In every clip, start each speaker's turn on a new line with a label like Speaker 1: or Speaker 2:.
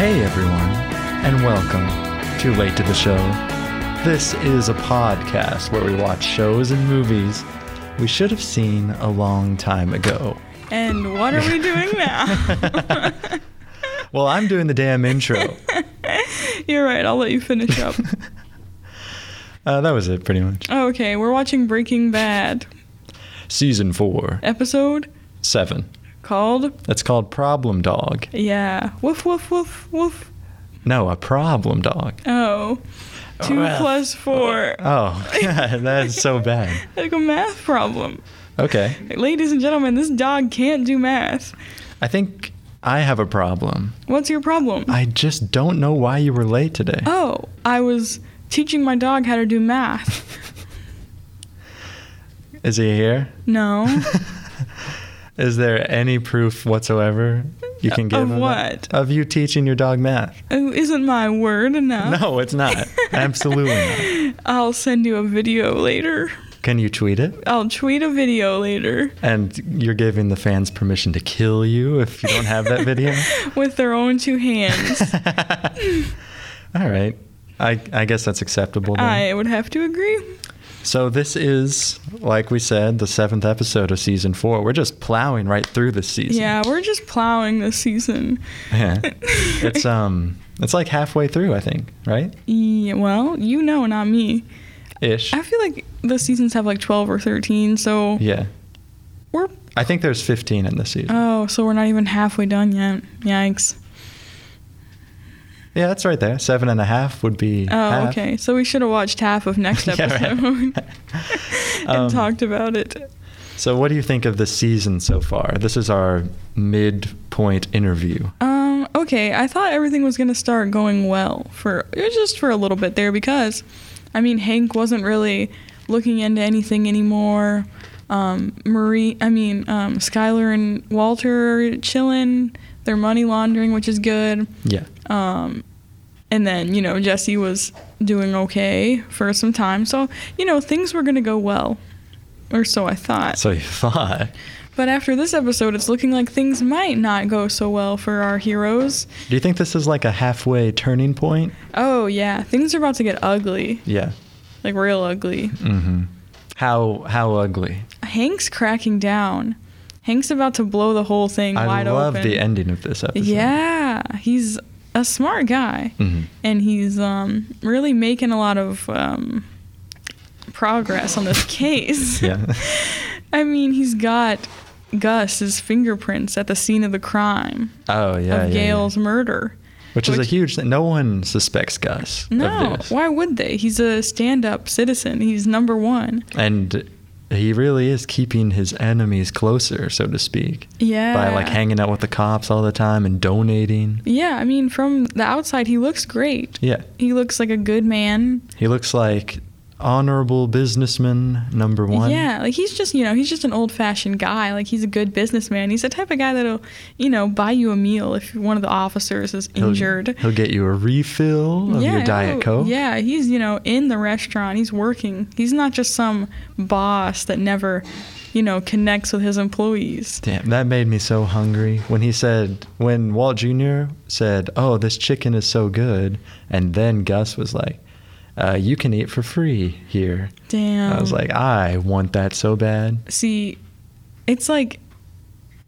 Speaker 1: Hey everyone, and welcome to Late to the Show. This is a podcast where we watch shows and movies we should have seen a long time ago.
Speaker 2: And what are we doing now?
Speaker 1: Well, I'm doing the damn intro.
Speaker 2: You're right, I'll let you finish up.
Speaker 1: Uh, that was it, pretty much.
Speaker 2: okay, we're watching Breaking Bad
Speaker 1: Season four,
Speaker 2: episode
Speaker 1: seven.
Speaker 2: called
Speaker 1: That's called Problem Dog.
Speaker 2: Yeah. Woof woof woof woof.
Speaker 1: No, a problem dog.
Speaker 2: Oh. Two
Speaker 1: Well.
Speaker 2: plus four.
Speaker 1: Oh, that's so bad.
Speaker 2: Like a math problem.
Speaker 1: Okay.
Speaker 2: Like, ladies and gentlemen, this dog can't do math.
Speaker 1: I think I have a problem.
Speaker 2: What's your problem?
Speaker 1: I just don't know why you were late today.
Speaker 2: oh, I was teaching my dog how to do math.
Speaker 1: Is he here?
Speaker 2: No.
Speaker 1: Is there any proof whatsoever you can give
Speaker 2: Of
Speaker 1: him
Speaker 2: what?
Speaker 1: Of you teaching your dog math?
Speaker 2: Oh, Isn't my word enough?
Speaker 1: No, it's not. Absolutely not.
Speaker 2: I'll send you a video later.
Speaker 1: Can you tweet it?
Speaker 2: I'll tweet a video later
Speaker 1: And you're giving the fans permission to kill you if you don't have that video?
Speaker 2: with their own two hands.
Speaker 1: All right. I, I guess that's acceptable. Then.
Speaker 2: I would have to agree.
Speaker 1: So this is, like we said, the seventh episode of season four. We're just plowing right through this season.
Speaker 2: Yeah, we're just plowing this season.
Speaker 1: Yeah. it's um, it's like halfway through, I think, right?
Speaker 2: Yeah, well, you know, not me.
Speaker 1: Ish.
Speaker 2: I feel like the seasons have like 12 or 13, so
Speaker 1: Yeah.
Speaker 2: we're.
Speaker 1: I think there's 15 in this season.
Speaker 2: Oh, so we're not even halfway done yet. Yikes.
Speaker 1: yeah, that's right there. Seven and a half would be.
Speaker 2: Oh,
Speaker 1: half.
Speaker 2: okay. So we should have watched half of next
Speaker 1: Yeah,
Speaker 2: episode
Speaker 1: right.
Speaker 2: and
Speaker 1: Um,
Speaker 2: talked about it.
Speaker 1: So what do you think of the season so far? This is our midpoint interview.
Speaker 2: Um, okay, I thought everything was gonna start going well for it was just for a little bit there because, I mean, Hank wasn't really looking into anything anymore. Um, Marie, I mean, um, Skylar and Walter chilling, their money laundering, which is good.
Speaker 1: Yeah.
Speaker 2: Um, and then you know Jesse was doing okay for some time, so you know things were gonna go well, or so I thought.
Speaker 1: So you thought.
Speaker 2: But after this episode, it's looking like things might not go so well for our heroes.
Speaker 1: Do you think this is like a halfway turning point?
Speaker 2: Oh yeah, things are about to get ugly,
Speaker 1: Yeah.
Speaker 2: like real ugly.
Speaker 1: Mm-hmm. How how ugly.
Speaker 2: Hank's cracking down. Hank's about to blow the whole thing
Speaker 1: I
Speaker 2: wide
Speaker 1: love
Speaker 2: open.
Speaker 1: the ending of this episode.
Speaker 2: Yeah, he's a smart guy,
Speaker 1: Mhm.
Speaker 2: and he's um, really making a lot of um, progress on this case.
Speaker 1: Yeah.
Speaker 2: I mean, he's got Gus's fingerprints at the scene of the crime
Speaker 1: Oh yeah.
Speaker 2: of
Speaker 1: yeah, yeah.
Speaker 2: Gail's murder.
Speaker 1: Which, is a
Speaker 2: which-
Speaker 1: huge thing. No one suspects Gus
Speaker 2: No,
Speaker 1: of this.
Speaker 2: why would they? He's a stand-up citizen. He's number one.
Speaker 1: And he really is keeping his enemies closer, so to speak.
Speaker 2: Yeah.
Speaker 1: By like hanging out with the cops all the time and donating.
Speaker 2: Yeah, I mean, from the outside, he looks great.
Speaker 1: Yeah.
Speaker 2: He looks like a good man.
Speaker 1: He looks like honorable businessman number one.
Speaker 2: Yeah, like he's just, you know, he's just an old fashioned guy. Like he's a good businessman. He's the type of guy that'll, you know, buy you a meal if one of the officers is
Speaker 1: He'll-
Speaker 2: injured.
Speaker 1: He'll get you a refill of your Diet
Speaker 2: oh,
Speaker 1: Coke.
Speaker 2: Yeah, he's, you know, in the restaurant. He's working. He's not just some boss that never, you know, connects with his employees.
Speaker 1: Damn, that made me so hungry. When he said, when Walt Jr. said, Oh, this chicken is so good. And then Gus was like, uh, You can eat for free here.
Speaker 2: Damn.
Speaker 1: I was like, I want that so bad.
Speaker 2: see, it's like,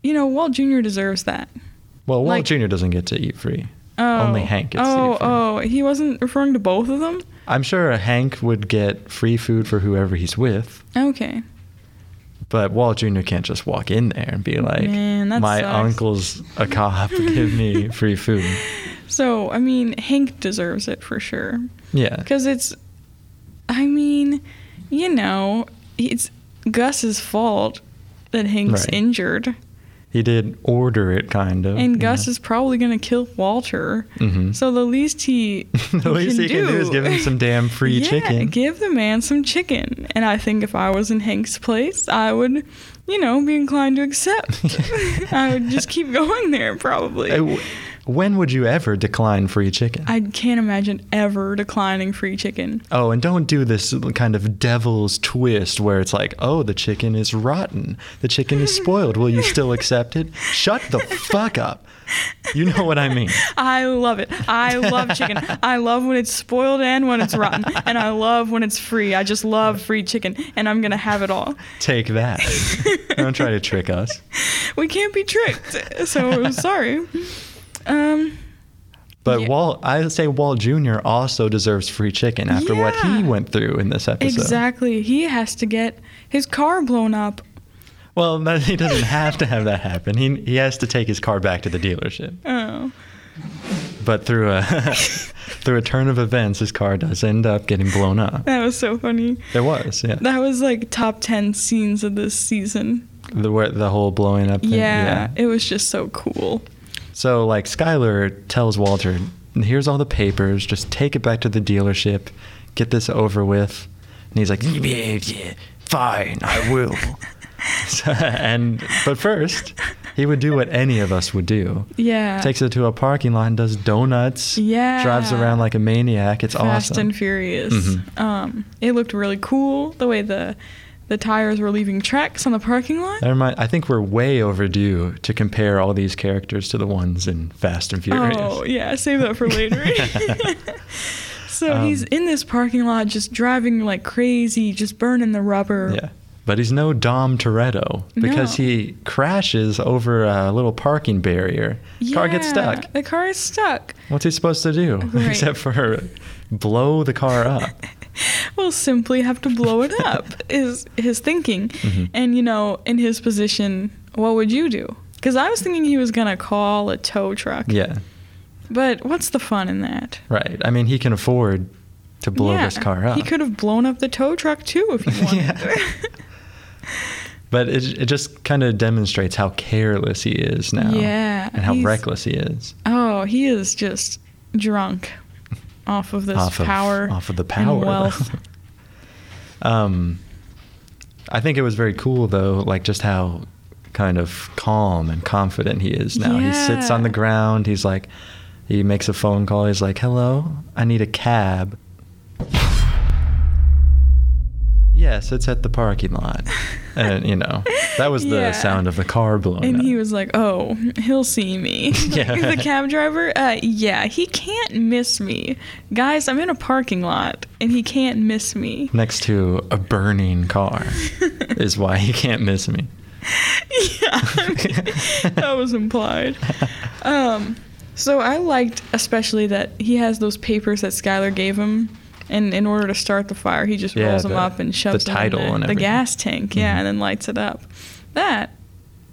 Speaker 2: you know, Walt Jr. deserves that.
Speaker 1: Well, Walt
Speaker 2: Like-
Speaker 1: Jr. doesn't get to eat free.
Speaker 2: Oh.
Speaker 1: Only Hank gets to eat
Speaker 2: Oh,
Speaker 1: free.
Speaker 2: oh, he wasn't referring to both of them?
Speaker 1: I'm sure Hank would get free food for whoever he's with,
Speaker 2: Okay.
Speaker 1: but Walt Jr. can't just walk in there and be like,
Speaker 2: Man, that
Speaker 1: "My
Speaker 2: sucks."
Speaker 1: uncle's a cop, give me free food."
Speaker 2: So, I mean, Hank deserves it for sure.
Speaker 1: Yeah,
Speaker 2: Because it's, I mean, you know, it's Gus's fault that Hank's
Speaker 1: Right. Oh,
Speaker 2: injured.
Speaker 1: he did order it, kind of.
Speaker 2: And Gus is probably going to kill Walter.
Speaker 1: Mhm.
Speaker 2: So the least he.
Speaker 1: the least he can do is give him some damn free
Speaker 2: yeah,
Speaker 1: chicken.
Speaker 2: give the man some chicken. And I think if I was in Hank's place, I would, you know, be inclined to accept. I would just keep going there, probably.
Speaker 1: It Uh, w- When would you ever decline free chicken?
Speaker 2: I can't imagine ever declining free chicken.
Speaker 1: Oh, and don't do this kind of devil's twist where it's like, oh, the chicken is rotten. The chicken is spoiled. Will you still accept it? Shut the fuck up. You know what I mean.
Speaker 2: I love it. I love chicken. I love when it's spoiled and when it's rotten. And I love when it's free. I just love free chicken and I'm going to have it all.
Speaker 1: Take that. don't try to trick us.
Speaker 2: We can't be tricked. So sorry. Um,
Speaker 1: But
Speaker 2: Yeah.
Speaker 1: Walt, I say Walt Jr. also deserves free chicken after what he
Speaker 2: Yeah.
Speaker 1: went through in this episode.
Speaker 2: exactly. He has to get his car blown up.
Speaker 1: Well, no, he doesn't have to have that happen. He, he has to take his car back to the dealership.
Speaker 2: Oh.
Speaker 1: But through a through a turn of events, his car does end up getting blown up.
Speaker 2: That was so funny.
Speaker 1: There was, yeah,
Speaker 2: That was like top 10 scenes of this season.
Speaker 1: the where, the whole blowing up. Thing.
Speaker 2: Yeah, it was just so cool.
Speaker 1: So like Skylar tells Walter, "Here's all the papers. Just take it back to the dealership, get this over with." And he's like, "Yeah, yeah, "Fine, I will." So- and but first, he would do what any of us would do.
Speaker 2: Yeah.
Speaker 1: Takes her to a parking lot, and does donuts.
Speaker 2: yeah.
Speaker 1: Drives around like a maniac. It's
Speaker 2: Fast
Speaker 1: awesome.
Speaker 2: and Furious.
Speaker 1: Mhm.
Speaker 2: Um, it looked really cool the way the the tires were leaving tracks on the parking lot.
Speaker 1: That remind, I think we're way overdue to compare all these characters to the ones in Fast and Furious.
Speaker 2: Oh yeah, save that for later. so
Speaker 1: Um,
Speaker 2: he's in this parking lot, just driving like crazy, just burning the rubber.
Speaker 1: Yeah. But he's no Dom Toretto because
Speaker 2: No.
Speaker 1: he crashes over a little parking barrier. Car gets
Speaker 2: Yeah,
Speaker 1: stuck.
Speaker 2: The car is stuck.
Speaker 1: What's he supposed to do
Speaker 2: Right.
Speaker 1: except for blow the car up?
Speaker 2: We'll simply have to blow it up. is his thinking,
Speaker 1: Mhm.
Speaker 2: and you know, in his position, what would you do? Because I was thinking he was gonna call a tow truck.
Speaker 1: yeah,
Speaker 2: But what's the fun in that?
Speaker 1: right. I mean, he can afford to blow
Speaker 2: Yeah,
Speaker 1: this car up.
Speaker 2: He could have blown up the tow truck too if he wanted.
Speaker 1: Yeah. But it, it just kind of demonstrates how careless he is now.
Speaker 2: Yeah,
Speaker 1: And how
Speaker 2: he's-
Speaker 1: reckless he is.
Speaker 2: Oh, he is just drunk off of this
Speaker 1: off of,
Speaker 2: power.
Speaker 1: off of the
Speaker 2: and
Speaker 1: power though.
Speaker 2: wealth.
Speaker 1: um, I think it was very cool though, like just how kind of calm and confident he is now. He sits
Speaker 2: Yeah.
Speaker 1: on the ground. He's like, he makes a phone call. He's like, "Hello, I need a cab." Yes, it's at the parking lot, and you know that was the
Speaker 2: Yeah.
Speaker 1: sound of the car blowing
Speaker 2: and
Speaker 1: up.
Speaker 2: he was like, "Oh, he'll see me."
Speaker 1: Yeah.
Speaker 2: the cab driver. Uh, yeah, he can't miss me, guys. I'm in a parking lot, and he can't miss me.
Speaker 1: next to a burning car is why he can't miss me.
Speaker 2: yeah, I mean, that was implied. Um, so I liked especially that he has those papers that Skylar gave him, and in order to start the fire, he just
Speaker 1: Yeah,
Speaker 2: rolls them
Speaker 1: the-
Speaker 2: up and
Speaker 1: the
Speaker 2: shoves them in
Speaker 1: title
Speaker 2: the,
Speaker 1: and
Speaker 2: the
Speaker 1: everything.
Speaker 2: gas tank, yeah,
Speaker 1: Mhm.
Speaker 2: and then lights it up. That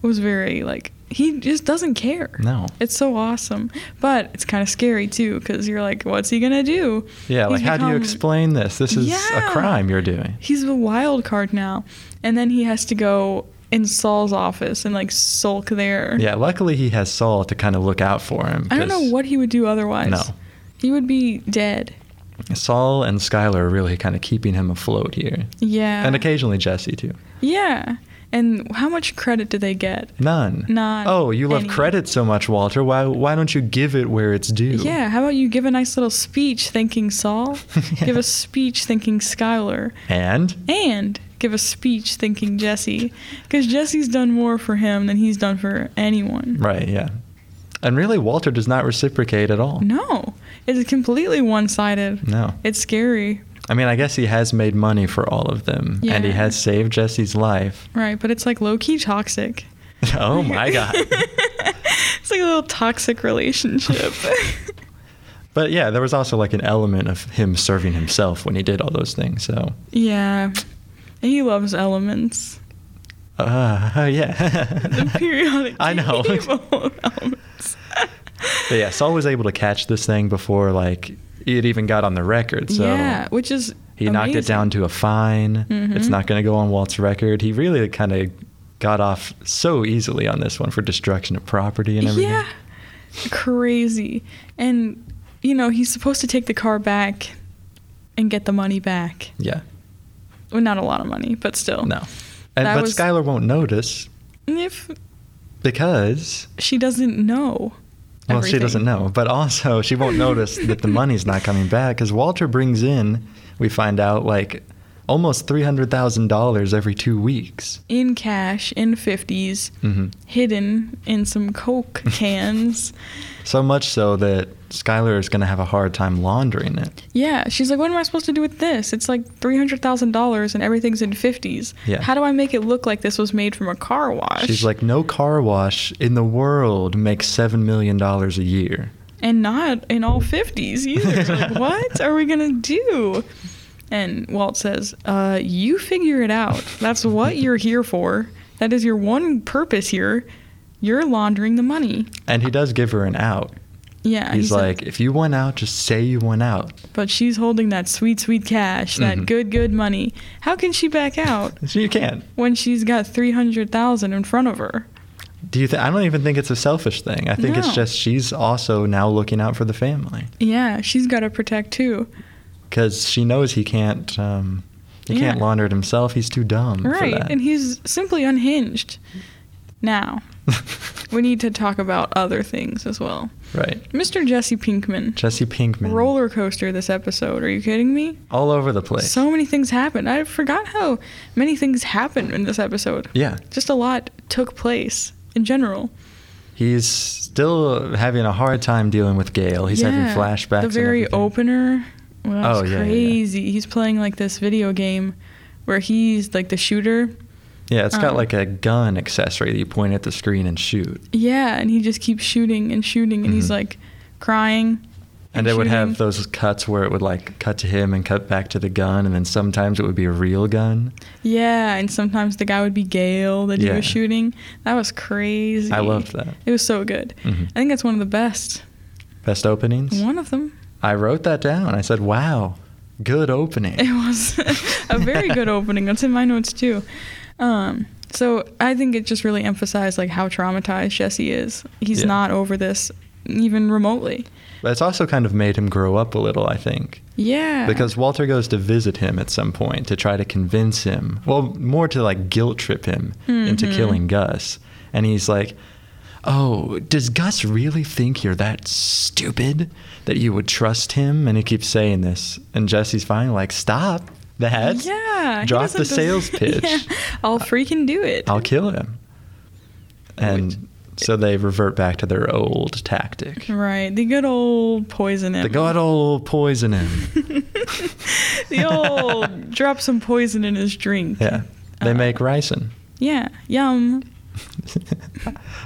Speaker 2: was very like he just doesn't care.
Speaker 1: No.
Speaker 2: It's so awesome, but it's kind of scary too because you're like, what's he gonna do?
Speaker 1: Yeah,
Speaker 2: He's
Speaker 1: like how do you
Speaker 2: become-
Speaker 1: explain this? This is a
Speaker 2: Yeah.
Speaker 1: crime you're doing.
Speaker 2: He's a wild card now, and then he has to go in Saul's office and like sulk there.
Speaker 1: Yeah, luckily he has Saul to kind of look out for him.
Speaker 2: I don't know
Speaker 1: 'cause
Speaker 2: what he would do otherwise.
Speaker 1: No.
Speaker 2: He would be dead.
Speaker 1: Saul and Skylar are really kind of keeping him afloat here,
Speaker 2: Yeah.
Speaker 1: and occasionally Jesse too.
Speaker 2: Yeah. And how much credit do they get?
Speaker 1: None.
Speaker 2: None.
Speaker 1: Oh, you love
Speaker 2: Any.
Speaker 1: credit so much, Walter. Why why don't you give it where it's due?
Speaker 2: Yeah, how about you give a nice little speech thanking Saul?
Speaker 1: Yeah.
Speaker 2: Give a speech thanking Skylar.
Speaker 1: And
Speaker 2: And give a speech thanking Jesse. Because Jesse's done more for him than he's done for anyone.
Speaker 1: right, yeah. And really, Walter does not reciprocate at all.
Speaker 2: No, it's completely one sided.
Speaker 1: No.
Speaker 2: It's scary,
Speaker 1: I mean, I guess he has made money for all of them, and he
Speaker 2: Yeah.
Speaker 1: has saved Jesse's life.
Speaker 2: right? But it's like low key toxic.
Speaker 1: oh my god.
Speaker 2: It's like a little toxic relationship.
Speaker 1: But yeah, there was also like an element of him serving himself when he did all those things. So
Speaker 2: yeah. He loves elements.
Speaker 1: Uh, yeah.
Speaker 2: The periodic
Speaker 1: I know.
Speaker 2: table of elements.
Speaker 1: But yeah, Saul was able to catch this thing before like it even got on the record. So
Speaker 2: yeah, which is
Speaker 1: he knocked it down to a fine. It's
Speaker 2: Mhm.
Speaker 1: not going to go on Walt's record. He really kind of got off so easily on this one for destruction of property and everything.
Speaker 2: Yeah. Crazy. And you know, he's supposed to take the car back and get the money back.
Speaker 1: Yeah.
Speaker 2: Well, not a lot of money, but still.
Speaker 1: No. And,
Speaker 2: Oh, That
Speaker 1: but
Speaker 2: was-
Speaker 1: Skylar won't notice
Speaker 2: If
Speaker 1: because
Speaker 2: she doesn't know.
Speaker 1: Well,
Speaker 2: everything.
Speaker 1: she doesn't know, but also she won't notice that the money's not coming back because Walter brings in, we find out, like almost three hundred thousand dollars every two weeks.
Speaker 2: in cash in 50s
Speaker 1: hmm
Speaker 2: hidden in some coke cans
Speaker 1: So much so that Skylar is going to have a hard time laundering it.
Speaker 2: yeah she's like what am i supposed to do with this it's like $300000 and everything's in 50s
Speaker 1: Yeah.
Speaker 2: how do i make it look like this was made from a car wash
Speaker 1: She's like, no car wash in the world makes seven million dollars a year.
Speaker 2: and not in all 50s either like, what are we gonna do and walt says uh, you figure it out that's what you're here for that is your one purpose here you're laundering the money
Speaker 1: And he does give her an out.
Speaker 2: yeah Uh, he
Speaker 1: He's
Speaker 2: said-
Speaker 1: like, if you went out, just say you went out.
Speaker 2: But she's holding that sweet, sweet cash, that
Speaker 1: Mhm.
Speaker 2: good, good money. How can she back out
Speaker 1: So you can't.
Speaker 2: when she's got three hundred thousand in front of her?
Speaker 1: Do you? Th- I don't even think it's a selfish thing. I think
Speaker 2: No.
Speaker 1: it's just she's also now looking out for the family.
Speaker 2: Yeah, she's got to protect too.
Speaker 1: because she knows he can't um, he
Speaker 2: Yeah.
Speaker 1: can't launder it himself. He's too dumb
Speaker 2: right,
Speaker 1: Mm, for that.
Speaker 2: and he's simply unhinged. Now we need to talk about other things as well.
Speaker 1: right,
Speaker 2: Mr. Jesse Pinkman,
Speaker 1: Jesse Pinkman,
Speaker 2: roller coaster this episode. Are you kidding me?
Speaker 1: all over the place.
Speaker 2: So many things happened. I forgot how many things happened in this episode.
Speaker 1: yeah,
Speaker 2: Just a lot took place in general.
Speaker 1: he's still having a hard time dealing with Gail. He's
Speaker 2: Yeah,
Speaker 1: having flashbacks.
Speaker 2: The
Speaker 1: and
Speaker 2: very
Speaker 1: everything.
Speaker 2: opener. Well,
Speaker 1: Oh,
Speaker 2: it's
Speaker 1: yeah, yeah, yeah.
Speaker 2: crazy. He's playing like this video game where he's like the shooter.
Speaker 1: Yeah, it's got
Speaker 2: um,
Speaker 1: like a gun accessory that you point at the screen and shoot,
Speaker 2: Yeah, and he just keeps shooting and shooting, and he's
Speaker 1: Mhm.
Speaker 2: like crying.
Speaker 1: and it would
Speaker 2: shooting.
Speaker 1: have those cuts where it would like cut to him and cut back to the gun, and then sometimes it would be a real gun.
Speaker 2: Yeah, and sometimes the guy would be Gale that he
Speaker 1: Yeah.
Speaker 2: was shooting. That was crazy.
Speaker 1: I loved that.
Speaker 2: It was so good.
Speaker 1: Mhm.
Speaker 2: I think that's one of the best.
Speaker 1: Best openings.
Speaker 2: One of them.
Speaker 1: I wrote that down. I said, "Wow, good opening."
Speaker 2: It was a very good opening. That's in my notes too. Um, so I think it just really emphasized like how traumatized Jesse is. He's
Speaker 1: Yeah.
Speaker 2: not over this even remotely.
Speaker 1: But it's also kind of made him grow up a little, I think.
Speaker 2: Yeah.
Speaker 1: Because Walter goes to visit him at some point to try to convince him, well, more to like guilt trip him into
Speaker 2: Mhm.
Speaker 1: killing Gus. And he's like, Oh, does Gus really think you're that stupid that you would trust him? And he keeps saying this. And Jesse's finally like, Stop that.
Speaker 2: yeah, he
Speaker 1: Drop the
Speaker 2: doesn't des-
Speaker 1: sales pitch.
Speaker 2: Yeah, I'll freaking do it.
Speaker 1: I'll kill him. And
Speaker 2: Which-
Speaker 1: so they revert back to their old tactic.
Speaker 2: Right, the good old poison him.
Speaker 1: The god old poison him.
Speaker 2: the old drop some poison in his drink.
Speaker 1: Yeah. They
Speaker 2: Uh,
Speaker 1: make ricin.
Speaker 2: Yeah, yum.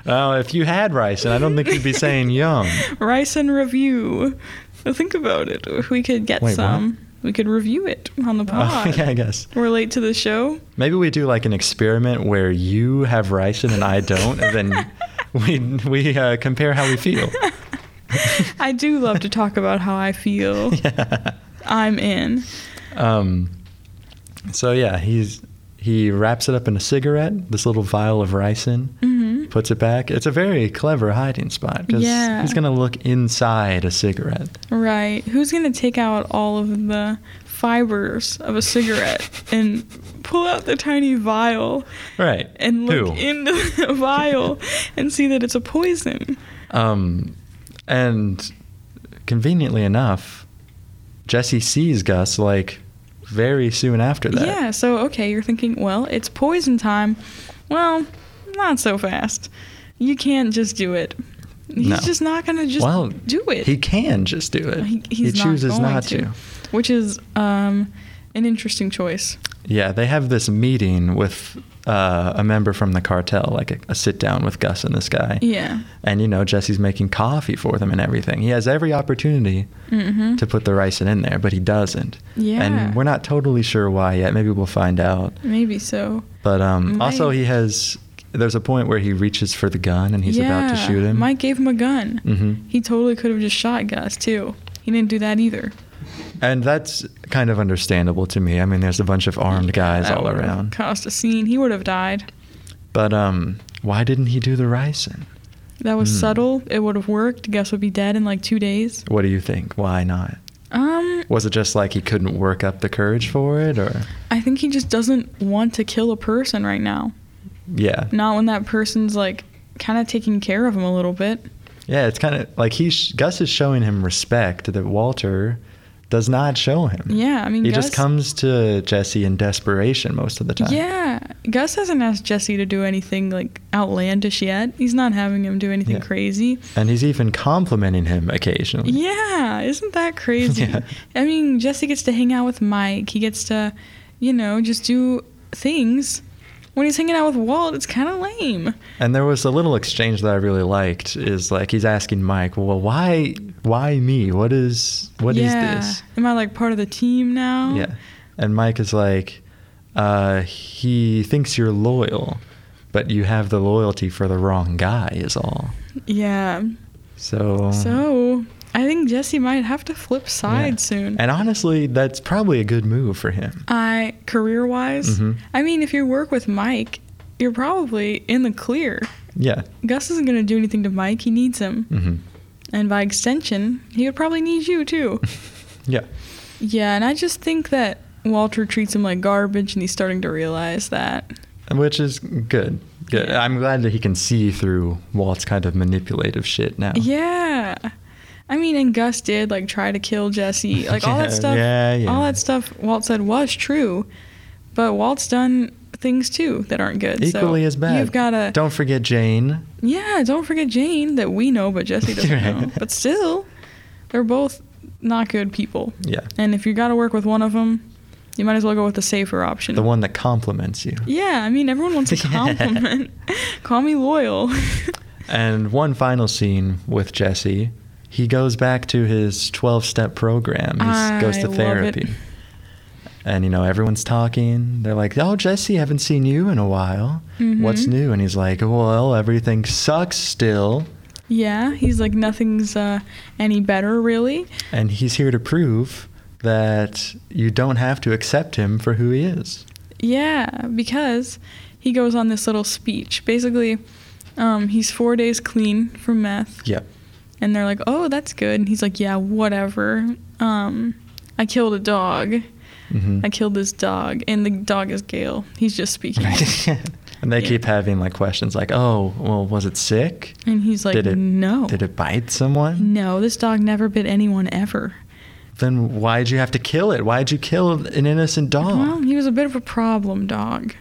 Speaker 1: Oh, if you had ricin, I don't think you'd be saying yum.
Speaker 2: Rice and review. Think about it. If we could get
Speaker 1: Wait, what?
Speaker 2: some, we could review it on the
Speaker 1: Oh,
Speaker 2: pod.
Speaker 1: yeah, I guess.
Speaker 2: relate to the show.
Speaker 1: Maybe we do like an experiment where you have ricin and I don't, and then we we uh, compare how we feel.
Speaker 2: I do love to talk about how I feel. I'm in.
Speaker 1: Um, so yeah, he's he wraps it up in a cigarette, this little vial of ricin,
Speaker 2: hmm
Speaker 1: puts it back. It's a very clever hiding spot because
Speaker 2: Yeah.
Speaker 1: he's gonna look inside a cigarette.
Speaker 2: Right. Who's going to take out all of the fibers of a cigarette and pull out the tiny vial
Speaker 1: Right.
Speaker 2: and look
Speaker 1: Who?
Speaker 2: into the vial and see that it's a poison?
Speaker 1: Um, and conveniently enough, Jesse sees Gus like very soon after that.
Speaker 2: Yeah, so okay, you're thinking, well, it's poison time. Well, not so fast. You can't just do it. He's
Speaker 1: No.
Speaker 2: just not going to just
Speaker 1: Well,
Speaker 2: do it.
Speaker 1: He can just do it.
Speaker 2: He- he's
Speaker 1: he
Speaker 2: not
Speaker 1: chooses
Speaker 2: going
Speaker 1: not,
Speaker 2: to.
Speaker 1: to.
Speaker 2: which is um, an interesting choice.
Speaker 1: Yeah, they have this meeting with uh, a member from the cartel, like a, a sit down with Gus and this guy.
Speaker 2: Yeah.
Speaker 1: And you know, Jesse's making coffee for them and everything. He has every opportunity
Speaker 2: Mm-hmm.
Speaker 1: to put the ricin in there, but he doesn't.
Speaker 2: yeah.
Speaker 1: And we're not totally sure why yet. Maybe we'll find out.
Speaker 2: Maybe so.
Speaker 1: But um, also,
Speaker 2: Mike-
Speaker 1: he has. There's a point where he reaches for the gun and he's about to
Speaker 2: Yeah,
Speaker 1: shoot him.
Speaker 2: Mike gave him a gun.
Speaker 1: hmm
Speaker 2: He totally could have just shot Gus too. He didn't do that either.
Speaker 1: And that's kind of understandable to me. I mean, there's a bunch of armed guys
Speaker 2: That
Speaker 1: all
Speaker 2: would've
Speaker 1: around.
Speaker 2: Caused a scene. He would have died.
Speaker 1: But um, why didn't he do the ricin?
Speaker 2: That was
Speaker 1: Hmm.
Speaker 2: subtle. It would have worked. Gus would be dead in like two days.
Speaker 1: What do you think? Why not?
Speaker 2: Um,
Speaker 1: Was it just like he couldn't work up the courage for it, or
Speaker 2: I think he just doesn't want to kill a person right now.
Speaker 1: yeah?
Speaker 2: Not when that person's like kind of taking care of him a little bit.
Speaker 1: Yeah, it's kind of like he's Gus is showing him respect that Walter does not show him.
Speaker 2: Yeah, I mean,
Speaker 1: he
Speaker 2: Gus,
Speaker 1: just comes to Jesse in desperation most of the time.
Speaker 2: Yeah, Gus hasn't asked Jesse to do anything like outlandish yet. He's not having him do anything
Speaker 1: Yeah.
Speaker 2: crazy.
Speaker 1: And he's even complimenting him occasionally.
Speaker 2: Yeah, isn't that crazy?
Speaker 1: Yeah.
Speaker 2: I mean, Jesse gets to hang out with Mike. He gets to, you know, just do things. When he's hanging out with Walt, it's kind of lame.
Speaker 1: And there was a little exchange that I really liked is like he's asking Mike, "Well, why why me? What is what is
Speaker 2: Yeah. Am I like part of the team now?
Speaker 1: this?" Yeah. And Mike is like uh, he thinks you're loyal, but you have the loyalty for the wrong guy is all.
Speaker 2: Yeah.
Speaker 1: So
Speaker 2: So I think Jesse might have to flip
Speaker 1: yeah.
Speaker 2: sides soon.
Speaker 1: And honestly, that's probably a good move for him.
Speaker 2: I career wise,
Speaker 1: Mhm.
Speaker 2: I mean, if you work with Mike, you're probably in the clear.
Speaker 1: Yeah.
Speaker 2: Gus isn't going to do anything to Mike. He needs him.
Speaker 1: hmm
Speaker 2: And by extension, he would probably need you too.
Speaker 1: Yeah.
Speaker 2: yeah, and I just think that Walter treats him like garbage and he's starting to realize that.
Speaker 1: Which is good. Good.
Speaker 2: Yeah.
Speaker 1: I'm glad that he can see through Walt's kind of manipulative shit now.
Speaker 2: Yeah. I mean, and Gus did like try to kill Jesse. Like all that
Speaker 1: Yeah,
Speaker 2: stuff.
Speaker 1: yeah, yeah.
Speaker 2: All that stuff Walt said was true, but Walt's done things too that aren't good. so
Speaker 1: Equally as bad.
Speaker 2: You've got to
Speaker 1: Don't forget Jane.
Speaker 2: Yeah, don't forget Jane that we know, but Jesse doesn't
Speaker 1: Right.
Speaker 2: know. But still, they're both not good people.
Speaker 1: Yeah.
Speaker 2: And if you got to work with one of them, you might as well go with the safer option.
Speaker 1: The one that compliments you.
Speaker 2: Yeah, I mean, everyone wants a
Speaker 1: Yeah.
Speaker 2: compliment. Call me loyal.
Speaker 1: And one final scene with Jesse. He goes back to his 12 step program. He
Speaker 2: I
Speaker 1: goes to
Speaker 2: love it.
Speaker 1: therapy. And, you know, everyone's talking. They're like, oh, Jesse, haven't seen you in a while. What's
Speaker 2: Mhm.
Speaker 1: new? And he's like, well, everything sucks still.
Speaker 2: Yeah, he's like, nothing's uh, any better, really.
Speaker 1: And he's here to prove that you don't have to accept him for who he is.
Speaker 2: Yeah, because he goes on this little speech. Basically, um, he's four days clean from meth.
Speaker 1: Yep.
Speaker 2: And they're like, "Oh, that's good." And he's like, "Yeah, whatever. Um, I killed a dog.
Speaker 1: hmm
Speaker 2: I killed this dog, and the dog is Gale. He's just speaking."
Speaker 1: and they
Speaker 2: Yeah.
Speaker 1: keep having like questions like, oh, well, was it sick?
Speaker 2: and he's like,
Speaker 1: did it?
Speaker 2: "No,
Speaker 1: Did it bite someone?
Speaker 2: no, this dog never bit anyone ever."
Speaker 1: Then why'd you have to kill it? Why'd you kill an innocent dog?
Speaker 2: Well, he was a bit of a problem dog.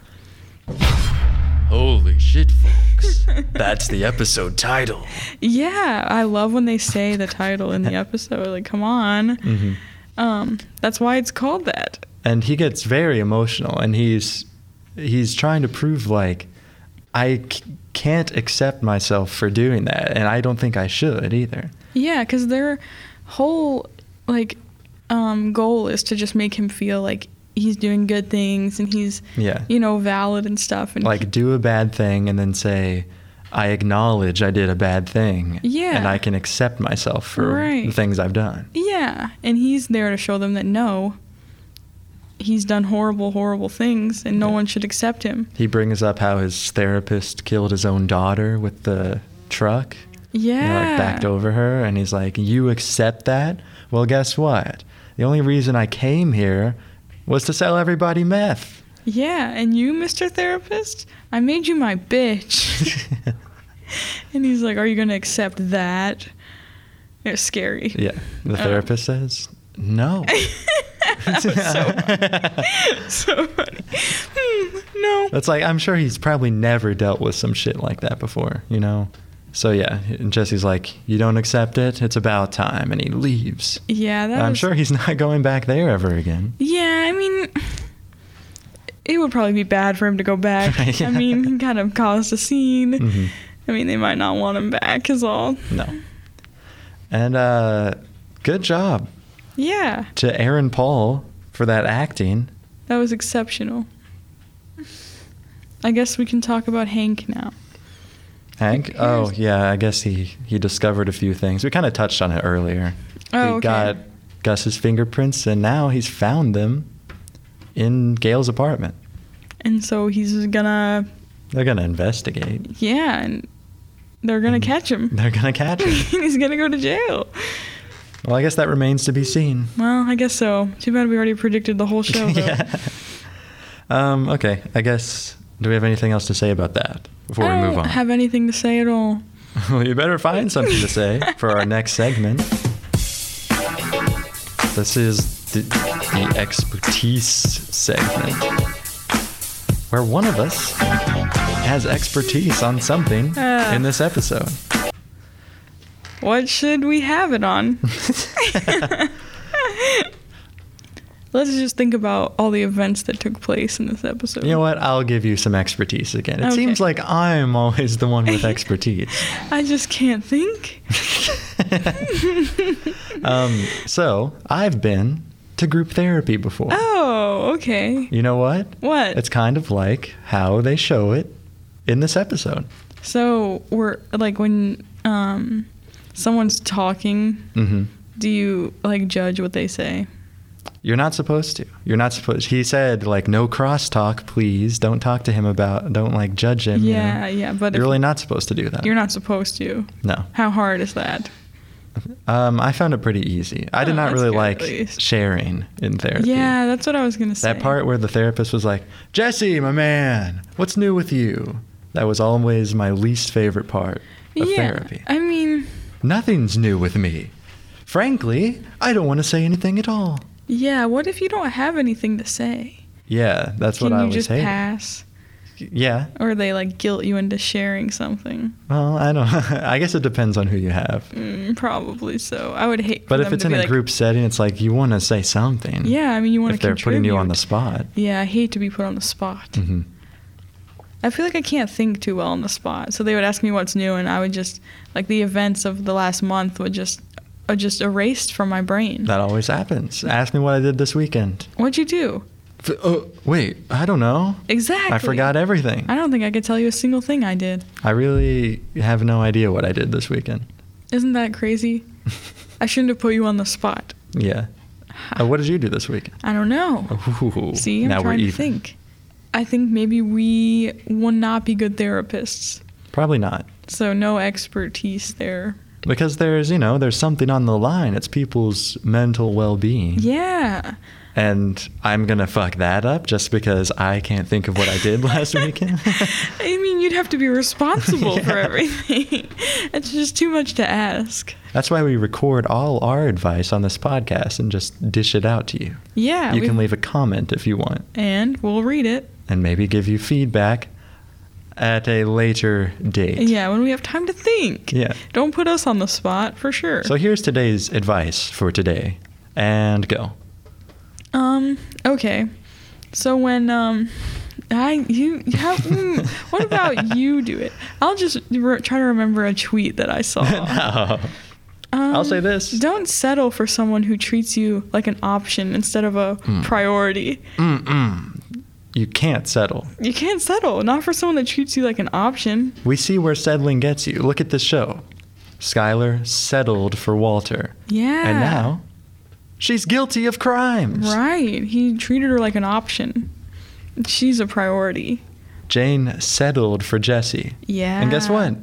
Speaker 1: Holy shit, folks! That's the episode title.
Speaker 2: Yeah, I love when they say the title in the episode. Like, come on.
Speaker 1: hmm
Speaker 2: Um, that's why it's called that.
Speaker 1: And he gets very emotional, and he's he's trying to prove like I c- can't accept myself for doing that, and I don't think I should either.
Speaker 2: Yeah, because their whole like um, goal is to just make him feel like he's doing good things and he's
Speaker 1: Yeah.
Speaker 2: you know valid and stuff and
Speaker 1: Like do a bad thing and then say, I acknowledge I did a bad thing.
Speaker 2: Yeah.
Speaker 1: And I can accept myself for
Speaker 2: Right.
Speaker 1: the things I've done.
Speaker 2: yeah, and he's there to show them that no, he's done horrible, horrible things, and no
Speaker 1: Yeah.
Speaker 2: one should accept him.
Speaker 1: He brings up how his therapist killed his own daughter with the truck. you know,
Speaker 2: Yeah,
Speaker 1: like backed over her and he's like you accept that well guess what the only reason i came here was to sell everybody meth
Speaker 2: Yeah, and you, Mr. Therapist, I made you my bitch. and he's like, "Are you gonna accept that?" It's scary.
Speaker 1: yeah the
Speaker 2: Um.
Speaker 1: therapist Oh. says no
Speaker 2: That was so funny. so funny. Hmm, no.
Speaker 1: that's like i'm sure he's probably never dealt with some shit like that before you know so yeah and jesse's like you don't accept it it's about time and he leaves
Speaker 2: yeah, that
Speaker 1: i'm
Speaker 2: was,
Speaker 1: sure he's not going back there ever again
Speaker 2: Yeah, I mean, it would probably be bad for him to go back. I mean, he kind of caused a scene.
Speaker 1: Mhm.
Speaker 2: I mean, they might not want him back, is all.
Speaker 1: no and uh good job
Speaker 2: Yeah,
Speaker 1: to aaron paul for that acting
Speaker 2: that was exceptional. I guess we can talk about Hank now.
Speaker 1: Hank?
Speaker 2: Who
Speaker 1: Oh,
Speaker 2: cares?
Speaker 1: yeah. I guess he he discovered a few things. We kind of touched on it earlier.
Speaker 2: Oh,
Speaker 1: he
Speaker 2: okay.
Speaker 1: got Gus's fingerprints, and now he's found them in Gail's apartment.
Speaker 2: And so he's gonna,
Speaker 1: They're gonna investigate.
Speaker 2: yeah, and they're gonna
Speaker 1: Mhm.
Speaker 2: catch him.
Speaker 1: They're gonna catch him.
Speaker 2: he's gonna go to jail.
Speaker 1: well, I guess that remains to be seen.
Speaker 2: Well, I guess so. Too bad we already predicted the whole show. Though.
Speaker 1: yeah. Um. Okay. I guess. Do we have anything else to say about that before
Speaker 2: I
Speaker 1: we
Speaker 2: don't
Speaker 1: move on?
Speaker 2: have anything to say at all.
Speaker 1: well, you better find something to say for our next segment. This is the, the expertise segment, where one of us has expertise on something
Speaker 2: Ah.
Speaker 1: in this episode.
Speaker 2: What should we have it on? Let's just think about all the events that took place in this episode.
Speaker 1: You know what? I'll give you some expertise again. It
Speaker 2: Okay.
Speaker 1: seems like I'm always the one with expertise.
Speaker 2: I just can't think.
Speaker 1: um, so I've been to group therapy before.
Speaker 2: Oh, okay.
Speaker 1: You know what?
Speaker 2: What?
Speaker 1: It's kind of like how they show it in this episode.
Speaker 2: so we're like when um, someone's talking,
Speaker 1: hmm
Speaker 2: do you like judge what they say?
Speaker 1: You're not supposed to. You're not supposed. He said like no crosstalk, please. Don't talk to him about. Don't like judge him. you know?
Speaker 2: yeah, yeah. But
Speaker 1: You're
Speaker 2: if
Speaker 1: really not supposed to do that.
Speaker 2: you're not supposed to.
Speaker 1: no.
Speaker 2: How hard is that?
Speaker 1: Um, I found it pretty easy. I did
Speaker 2: Oh,
Speaker 1: not
Speaker 2: that's
Speaker 1: really
Speaker 2: good,
Speaker 1: like
Speaker 2: at least.
Speaker 1: sharing in therapy.
Speaker 2: Yeah, that's what I was gonna say.
Speaker 1: That part where the therapist was like, Jesse, my man, what's new with you? That was always my least favorite part of
Speaker 2: yeah,
Speaker 1: therapy.
Speaker 2: I mean,
Speaker 1: Nothing's new with me. Frankly, I don't want to say anything at all.
Speaker 2: yeah. What if you don't have anything to say?
Speaker 1: Yeah, that's
Speaker 2: Can
Speaker 1: what I
Speaker 2: you
Speaker 1: was
Speaker 2: just
Speaker 1: hating.
Speaker 2: pass,
Speaker 1: Yeah.
Speaker 2: or they like guilt you into sharing something?
Speaker 1: Well, I don't. I guess it depends on who you have.
Speaker 2: Mm, probably so. I would hate. for
Speaker 1: But if
Speaker 2: them
Speaker 1: it's
Speaker 2: to
Speaker 1: in
Speaker 2: be
Speaker 1: a
Speaker 2: like,
Speaker 1: group setting, it's like you want to say something.
Speaker 2: yeah, I mean, you want to.
Speaker 1: If they're putting you on the
Speaker 2: spot.
Speaker 1: spot.
Speaker 2: Yeah, I hate to be put on the spot.
Speaker 1: hmm
Speaker 2: I feel like I can't think too well on the spot. So they would ask me what's new, and I would just like the events of the last month would just are just erased from my brain.
Speaker 1: That always happens. Ask me what I did this weekend.
Speaker 2: What'd you do?
Speaker 1: F- oh, wait, I don't know.
Speaker 2: Exactly.
Speaker 1: I forgot everything.
Speaker 2: I don't think I could tell you a single thing I did.
Speaker 1: I really have no idea what I did this weekend.
Speaker 2: Isn't that crazy? I shouldn't have put you on the spot.
Speaker 1: yeah. Uh, what did you do this weekend?
Speaker 2: I don't know.
Speaker 1: Ooh,
Speaker 2: See, I'm trying to think. I think maybe we will not be good therapists.
Speaker 1: Probably not.
Speaker 2: So no expertise there.
Speaker 1: Because there's, you know, there's something on the line. It's people's mental well-being.
Speaker 2: Yeah.
Speaker 1: And I'm going to fuck that up just because I can't think of what I did last weekend.
Speaker 2: I mean, you'd have to be responsible for
Speaker 1: Yeah.
Speaker 2: everything. it's just too much to ask.
Speaker 1: That's why we record all our advice on this podcast and just dish it out to you.
Speaker 2: Yeah.
Speaker 1: you
Speaker 2: we-
Speaker 1: can leave a comment if you want
Speaker 2: And we'll read it.
Speaker 1: and maybe give you feedback at a later date.
Speaker 2: Yeah, when we have time to think.
Speaker 1: Yeah.
Speaker 2: Don't put us on the spot for sure.
Speaker 1: So here's today's advice for today. And go.
Speaker 2: Um. Okay. So when um, I you how mm, what about you do it? I'll just re- try to remember a tweet that I saw.
Speaker 1: No.
Speaker 2: Um,
Speaker 1: I'll say this.
Speaker 2: Don't settle for someone who treats you like an option instead of a
Speaker 1: Hmm.
Speaker 2: priority.
Speaker 1: Mm-mm. You can't settle.
Speaker 2: You can't settle, not for someone that treats you like an option.
Speaker 1: We see where settling gets you. Look at this show. Skylar settled for Walter.
Speaker 2: Yeah.
Speaker 1: And now she's guilty of crimes.
Speaker 2: Ah. Right. He treated her like an option. She's a priority.
Speaker 1: Jane settled for Jesse.
Speaker 2: Yeah.
Speaker 1: And guess what?
Speaker 2: Ah.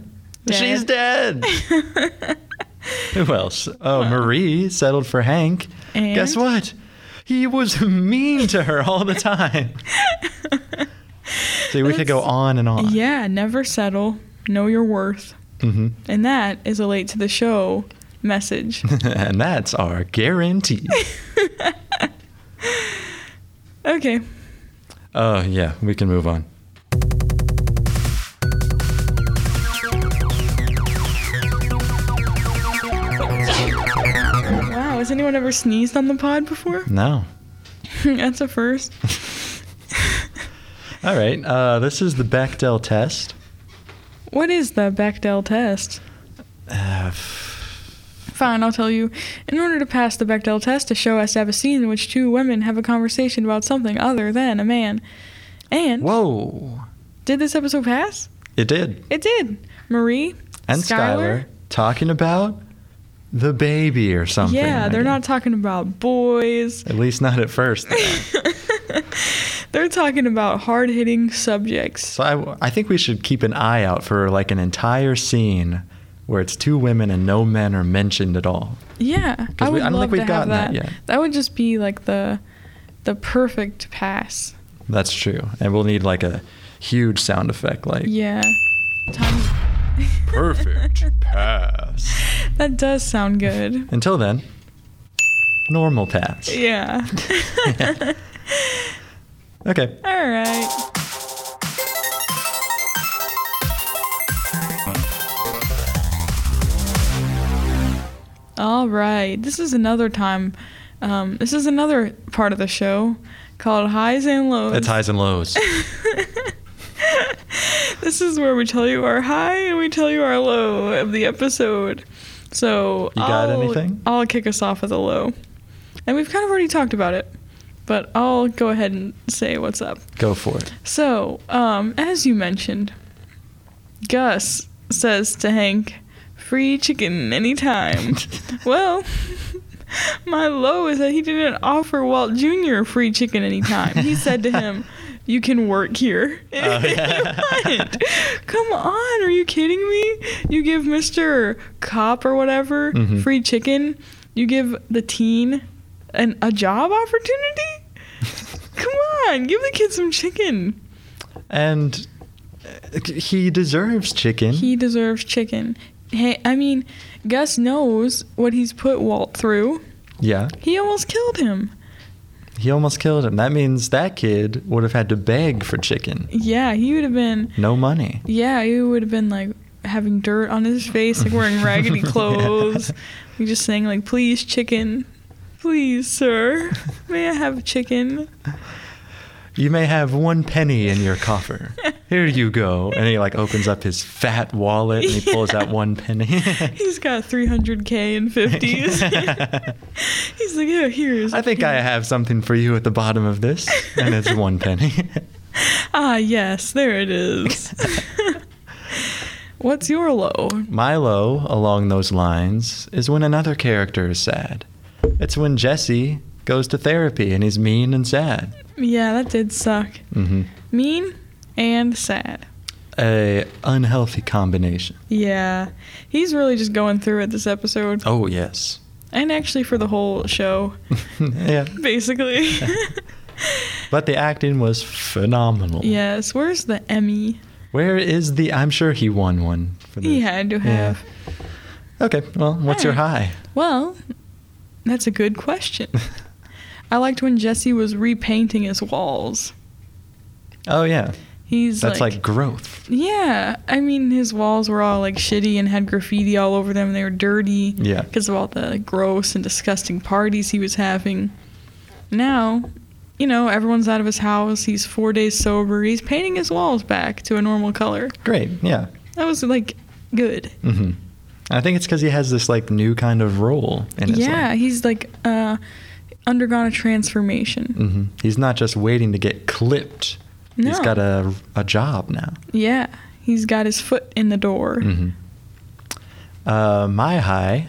Speaker 2: Dead.
Speaker 1: She's dead. Who else? Oh, Marie settled for Hank.
Speaker 2: And?
Speaker 1: Guess what? He was mean to her all the time. See, we could go
Speaker 2: That's-
Speaker 1: on and on.
Speaker 2: Yeah, never settle. Know your worth.
Speaker 1: hmm
Speaker 2: And that is a late to the show message.
Speaker 1: and that's our guarantee.
Speaker 2: okay.
Speaker 1: Oh, yeah, we can move on.
Speaker 2: Wow, has anyone ever sneezed on the pod before?
Speaker 1: No.
Speaker 2: That's a first.
Speaker 1: All right, uh, this is the Bechdel test.
Speaker 2: What is the Bechdel test?
Speaker 1: Uh, f-
Speaker 2: Fine, I'll tell you. In order to pass the Bechdel test, a show has to have a scene in which two women have a conversation about something other than a man. And
Speaker 1: Whoa.
Speaker 2: did this episode pass?
Speaker 1: It did.
Speaker 2: It did. Marie
Speaker 1: And Skylar, talking about the baby or something.
Speaker 2: Yeah,
Speaker 1: I
Speaker 2: they're not
Speaker 1: guess.
Speaker 2: talking about boys.
Speaker 1: At least not at first.
Speaker 2: They're talking about hard hitting subjects.
Speaker 1: so I, I think we should keep an eye out for like an entire scene where it's two women and no men are mentioned at all.
Speaker 2: Yeah, I
Speaker 1: we-
Speaker 2: would
Speaker 1: I don't
Speaker 2: love
Speaker 1: think we've
Speaker 2: to have
Speaker 1: gotten that
Speaker 2: that.
Speaker 1: yet.
Speaker 2: That would just be like the the perfect pass.
Speaker 1: That's true. And we'll need like a huge sound effect like
Speaker 2: Yeah. Time
Speaker 1: Perfect pass.
Speaker 2: That does sound good.
Speaker 1: Until then, normal pass.
Speaker 2: Yeah.
Speaker 1: Yeah. Okay.
Speaker 2: All right. All right. This is another time. Um, this is another part of the show called Highs and Lows.
Speaker 1: It's highs and lows.
Speaker 2: this is where we tell you our high and we tell you our low of the episode. So
Speaker 1: You got
Speaker 2: I'll-
Speaker 1: anything?
Speaker 2: I'll kick us off with a low, and we've kind of already talked about it, but I'll go ahead and say what's up.
Speaker 1: Go for it.
Speaker 2: So, um, as you mentioned, Gus says to Hank, "Free chicken anytime." well, my low is that he didn't offer Walt Jr. free chicken anytime. He said to him, "You can work here."
Speaker 1: Oh, yeah.
Speaker 2: You want. Come on, are you kidding me? You give Mister Cop or whatever
Speaker 1: Mhm.
Speaker 2: free chicken. You give the teen an a job opportunity. Come on, give the kid some chicken.
Speaker 1: And uh, he deserves chicken.
Speaker 2: He deserves chicken. Hey, I mean, Gus knows what he's put Walt through.
Speaker 1: yeah.
Speaker 2: He almost killed him.
Speaker 1: He almost killed him. That means that kid would have had to beg for chicken.
Speaker 2: Yeah, he would have been.
Speaker 1: No money.
Speaker 2: Yeah, he would have been like having dirt on his face, like wearing raggedy clothes. We just saying like, "Please, chicken. Please, sir, may I have chicken?"
Speaker 1: You may have one penny in your coffer. Here you go. And he like opens up his fat wallet and he pulls out
Speaker 2: Yeah.
Speaker 1: one penny.
Speaker 2: He's got 300k in 50s. He's like, "Yeah, here's."
Speaker 1: I think I have something for you at the bottom of this. And it's one penny.
Speaker 2: Ah, yes, there it is. What's your low?
Speaker 1: Milo, along those lines, is when another character is sad. It's when Jesse goes to therapy and he's mean and sad.
Speaker 2: Yeah, that did suck.
Speaker 1: Mm-hmm.
Speaker 2: Mean and sad.
Speaker 1: A unhealthy combination.
Speaker 2: Yeah. He's really just going through it this episode.
Speaker 1: Oh yes.
Speaker 2: And actually for the whole show,
Speaker 1: yeah.
Speaker 2: basically.
Speaker 1: But the acting was phenomenal.
Speaker 2: yes, where's the Emmy?
Speaker 1: Where is the? I'm sure he won one. For
Speaker 2: He
Speaker 1: this.
Speaker 2: had to have.
Speaker 1: Okay. Well, what's your high?
Speaker 2: Well, that's a good question. I liked when Jesse was repainting his walls.
Speaker 1: Oh yeah,
Speaker 2: He's
Speaker 1: that's like, growth.
Speaker 2: Yeah, I mean his walls were all like shitty and had graffiti all over them. They were dirty.
Speaker 1: Yeah.
Speaker 2: Because of all the gross and disgusting parties he was having. Now, you know, everyone's out of his house. He's four days sober. He's painting his walls back to a normal color.
Speaker 1: Great. Yeah.
Speaker 2: That was like good.
Speaker 1: hmm I think it's because he has this like new kind of role in his
Speaker 2: yeah,
Speaker 1: life.
Speaker 2: he's like uh, undergone a transformation.
Speaker 1: hmm He's not just waiting to get clipped.
Speaker 2: No.
Speaker 1: He's got a a job now.
Speaker 2: Yeah, he's got his foot in the door.
Speaker 1: hmm Uh, my high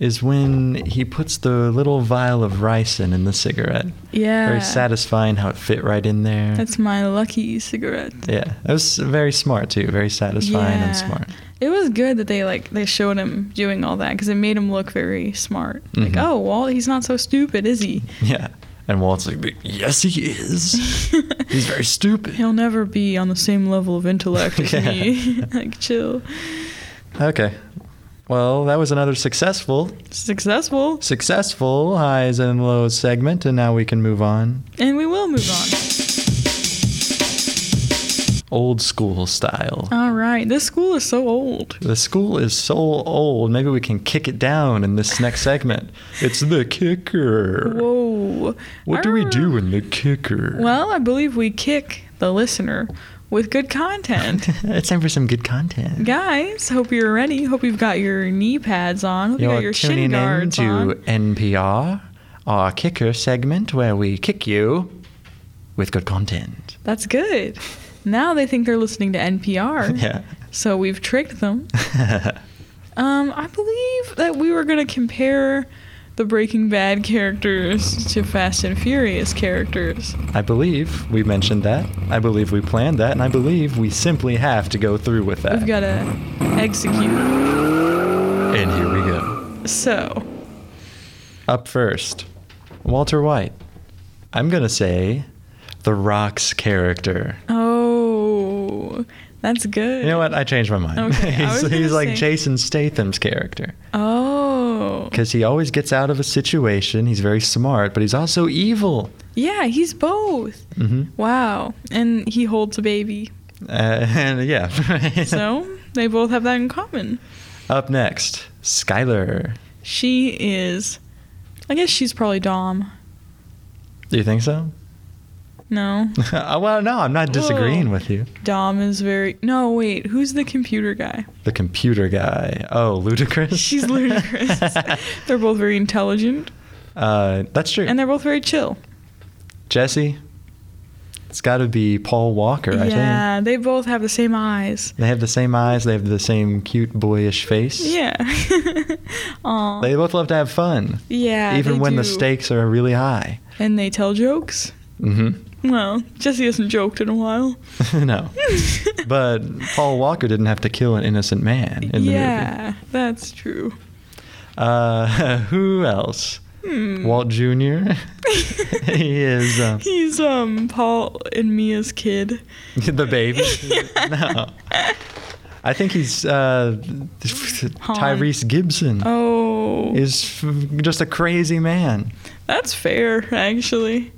Speaker 1: is when he puts the little vial of ricin in the cigarette.
Speaker 2: Yeah.
Speaker 1: Very satisfying how it fit right in there.
Speaker 2: That's my lucky cigarette.
Speaker 1: yeah, it was very smart too. Very satisfying
Speaker 2: Yeah.
Speaker 1: and smart.
Speaker 2: It was good that they like they showed him doing all that because it made him look very smart. Like,
Speaker 1: Mhm.
Speaker 2: oh, Walt, he's not so stupid, is he?
Speaker 1: Yeah, and Walt's like, yes, he is. He's very stupid.
Speaker 2: He'll never be on the same level of intellect as
Speaker 1: Yeah.
Speaker 2: me. like, chill.
Speaker 1: Okay, well, that was another successful,
Speaker 2: Successful,
Speaker 1: successful highs and lows segment, and now we can move on
Speaker 2: and we will move on.
Speaker 1: old school style.
Speaker 2: All right, this school is so old.
Speaker 1: The school is so old. Maybe we can kick it down in this next segment. It's the kicker.
Speaker 2: Whoa. Ah.
Speaker 1: What do we do in the kicker?
Speaker 2: Well, I believe we kick the listener with good content.
Speaker 1: it's time for some good content.
Speaker 2: Guys, hope you're ready. Hope you've got your knee pads on. Hope you got your shin
Speaker 1: tuning in
Speaker 2: guards
Speaker 1: to
Speaker 2: on.
Speaker 1: NPR, our kicker segment where we kick you with good content.
Speaker 2: That's good. Now they think they're listening to NPR.
Speaker 1: Yeah.
Speaker 2: So we've tricked them. Um, I believe that we were going to compare the Breaking Bad characters to Fast and Furious characters.
Speaker 1: I believe we mentioned that. I believe we planned that, and I believe we simply have to go through with that.
Speaker 2: We've got to execute.
Speaker 1: and here we go.
Speaker 2: So,
Speaker 1: Up first, Walter White. I'm gonna say the Rock's character.
Speaker 2: oh, Ooh, that's good.
Speaker 1: You know what? I changed my mind.
Speaker 2: Okay, I
Speaker 1: he's
Speaker 2: was
Speaker 1: he's
Speaker 2: gonna
Speaker 1: like
Speaker 2: say-
Speaker 1: Jason Statham's character
Speaker 2: Oh.
Speaker 1: because he always gets out of a situation. He's very smart, but he's also evil.
Speaker 2: Yeah, he's both.
Speaker 1: hmm
Speaker 2: Wow. And he holds a baby.
Speaker 1: Uh, and yeah.
Speaker 2: So they both have that in common.
Speaker 1: Up next, Skylar.
Speaker 2: She is. I guess she's probably Dom.
Speaker 1: Do you think so?
Speaker 2: No.
Speaker 1: Uh, well, no, I'm not disagreeing
Speaker 2: Whoa.
Speaker 1: with you.
Speaker 2: Dom is very. No, wait. Who's the computer guy?
Speaker 1: The computer guy. Oh, ludicrous.
Speaker 2: She's ludicrous. they're both very intelligent
Speaker 1: Uh, that's true.
Speaker 2: and they're both very chill.
Speaker 1: Jesse. It's got to be Paul Walker, I think.
Speaker 2: yeah, they both have the same eyes.
Speaker 1: They have the same eyes. They have the same cute boyish face.
Speaker 2: Yeah. Aw.
Speaker 1: They both love to have fun,
Speaker 2: yeah.
Speaker 1: even
Speaker 2: they
Speaker 1: when the
Speaker 2: do.
Speaker 1: stakes are really high.
Speaker 2: And they tell jokes.
Speaker 1: Mm-hmm.
Speaker 2: Well, Jesse hasn't joked in a while.
Speaker 1: no, but Paul Walker didn't have to kill an innocent man in the movie.
Speaker 2: yeah, that's true.
Speaker 1: Uh, who else?
Speaker 2: Hmm.
Speaker 1: Walt Jr. he is um,
Speaker 2: He's um Paul and Mia's kid.
Speaker 1: the baby. no, I think he's uh, Tyrese Gibson.
Speaker 2: Oh,
Speaker 1: Is f- just a crazy man.
Speaker 2: that's fair actually.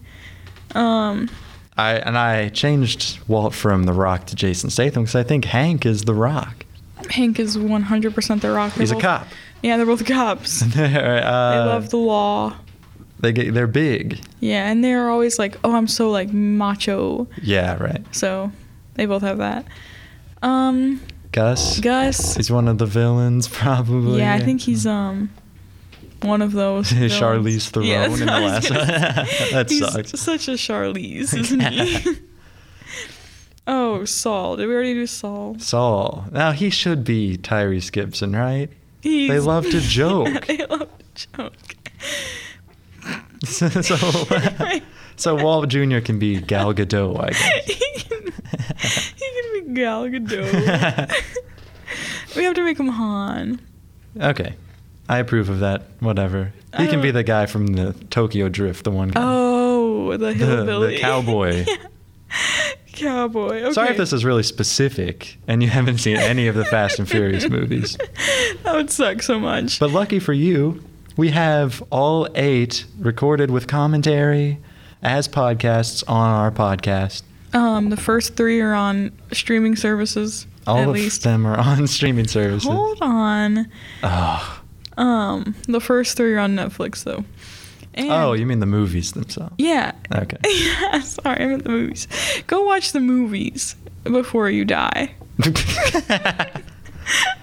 Speaker 2: Um,
Speaker 1: I and I changed Walt from The Rock to Jason Statham because I think Hank is The Rock.
Speaker 2: Hank is 100% the rock. They're
Speaker 1: He's a
Speaker 2: both-
Speaker 1: cop.
Speaker 2: Yeah, they're both cops.
Speaker 1: uh,
Speaker 2: they love the law.
Speaker 1: They get, they're big.
Speaker 2: Yeah, and they're always like, "Oh, I'm so like macho."
Speaker 1: Yeah, right.
Speaker 2: So, they both have that. Um,
Speaker 1: Gus.
Speaker 2: Gus.
Speaker 1: He's one of the villains, probably. Uh-huh.
Speaker 2: Yeah, I think he's um one of those. villains.
Speaker 1: Charlize Theron
Speaker 2: Yeah,
Speaker 1: in
Speaker 2: that's
Speaker 1: the
Speaker 2: what I was
Speaker 1: last one.
Speaker 2: gonna say.
Speaker 1: that
Speaker 2: he's
Speaker 1: sucked.
Speaker 2: Such a Charlize, isn't he? oh, Saul. Did we already do Saul?
Speaker 1: Saul. Now he should be Tyrese Gibson, right?
Speaker 2: He's,
Speaker 1: love to
Speaker 2: Yeah,
Speaker 1: joke.
Speaker 2: they love to joke.
Speaker 1: so, so Walt Jr. can be Gal Gadot, I guess.
Speaker 2: he, can, he can be Gal Gadot. we have to make him Han.
Speaker 1: Okay, I approve of that. Whatever.
Speaker 2: I
Speaker 1: He can be
Speaker 2: don't-
Speaker 1: the guy from the Tokyo Drift, the one. guy.
Speaker 2: Oh, the hillbilly.
Speaker 1: cowboy.
Speaker 2: Yeah. Cowboy. Okay.
Speaker 1: Sorry if this is really specific and you haven't seen any of the Fast and Furious movies.
Speaker 2: That would suck so much.
Speaker 1: But lucky for you, we have all eight recorded with commentary as podcasts on our podcast.
Speaker 2: um, the first three are on streaming services.
Speaker 1: All
Speaker 2: at
Speaker 1: of
Speaker 2: least.
Speaker 1: them are on streaming services. Ah.
Speaker 2: Hold on.
Speaker 1: Ugh.
Speaker 2: Um, the first three are on Netflix though. And
Speaker 1: Oh, you mean the movies themselves?
Speaker 2: yeah.
Speaker 1: Okay.
Speaker 2: yeah. Sorry, I'm at the movies. Go watch the movies before you die.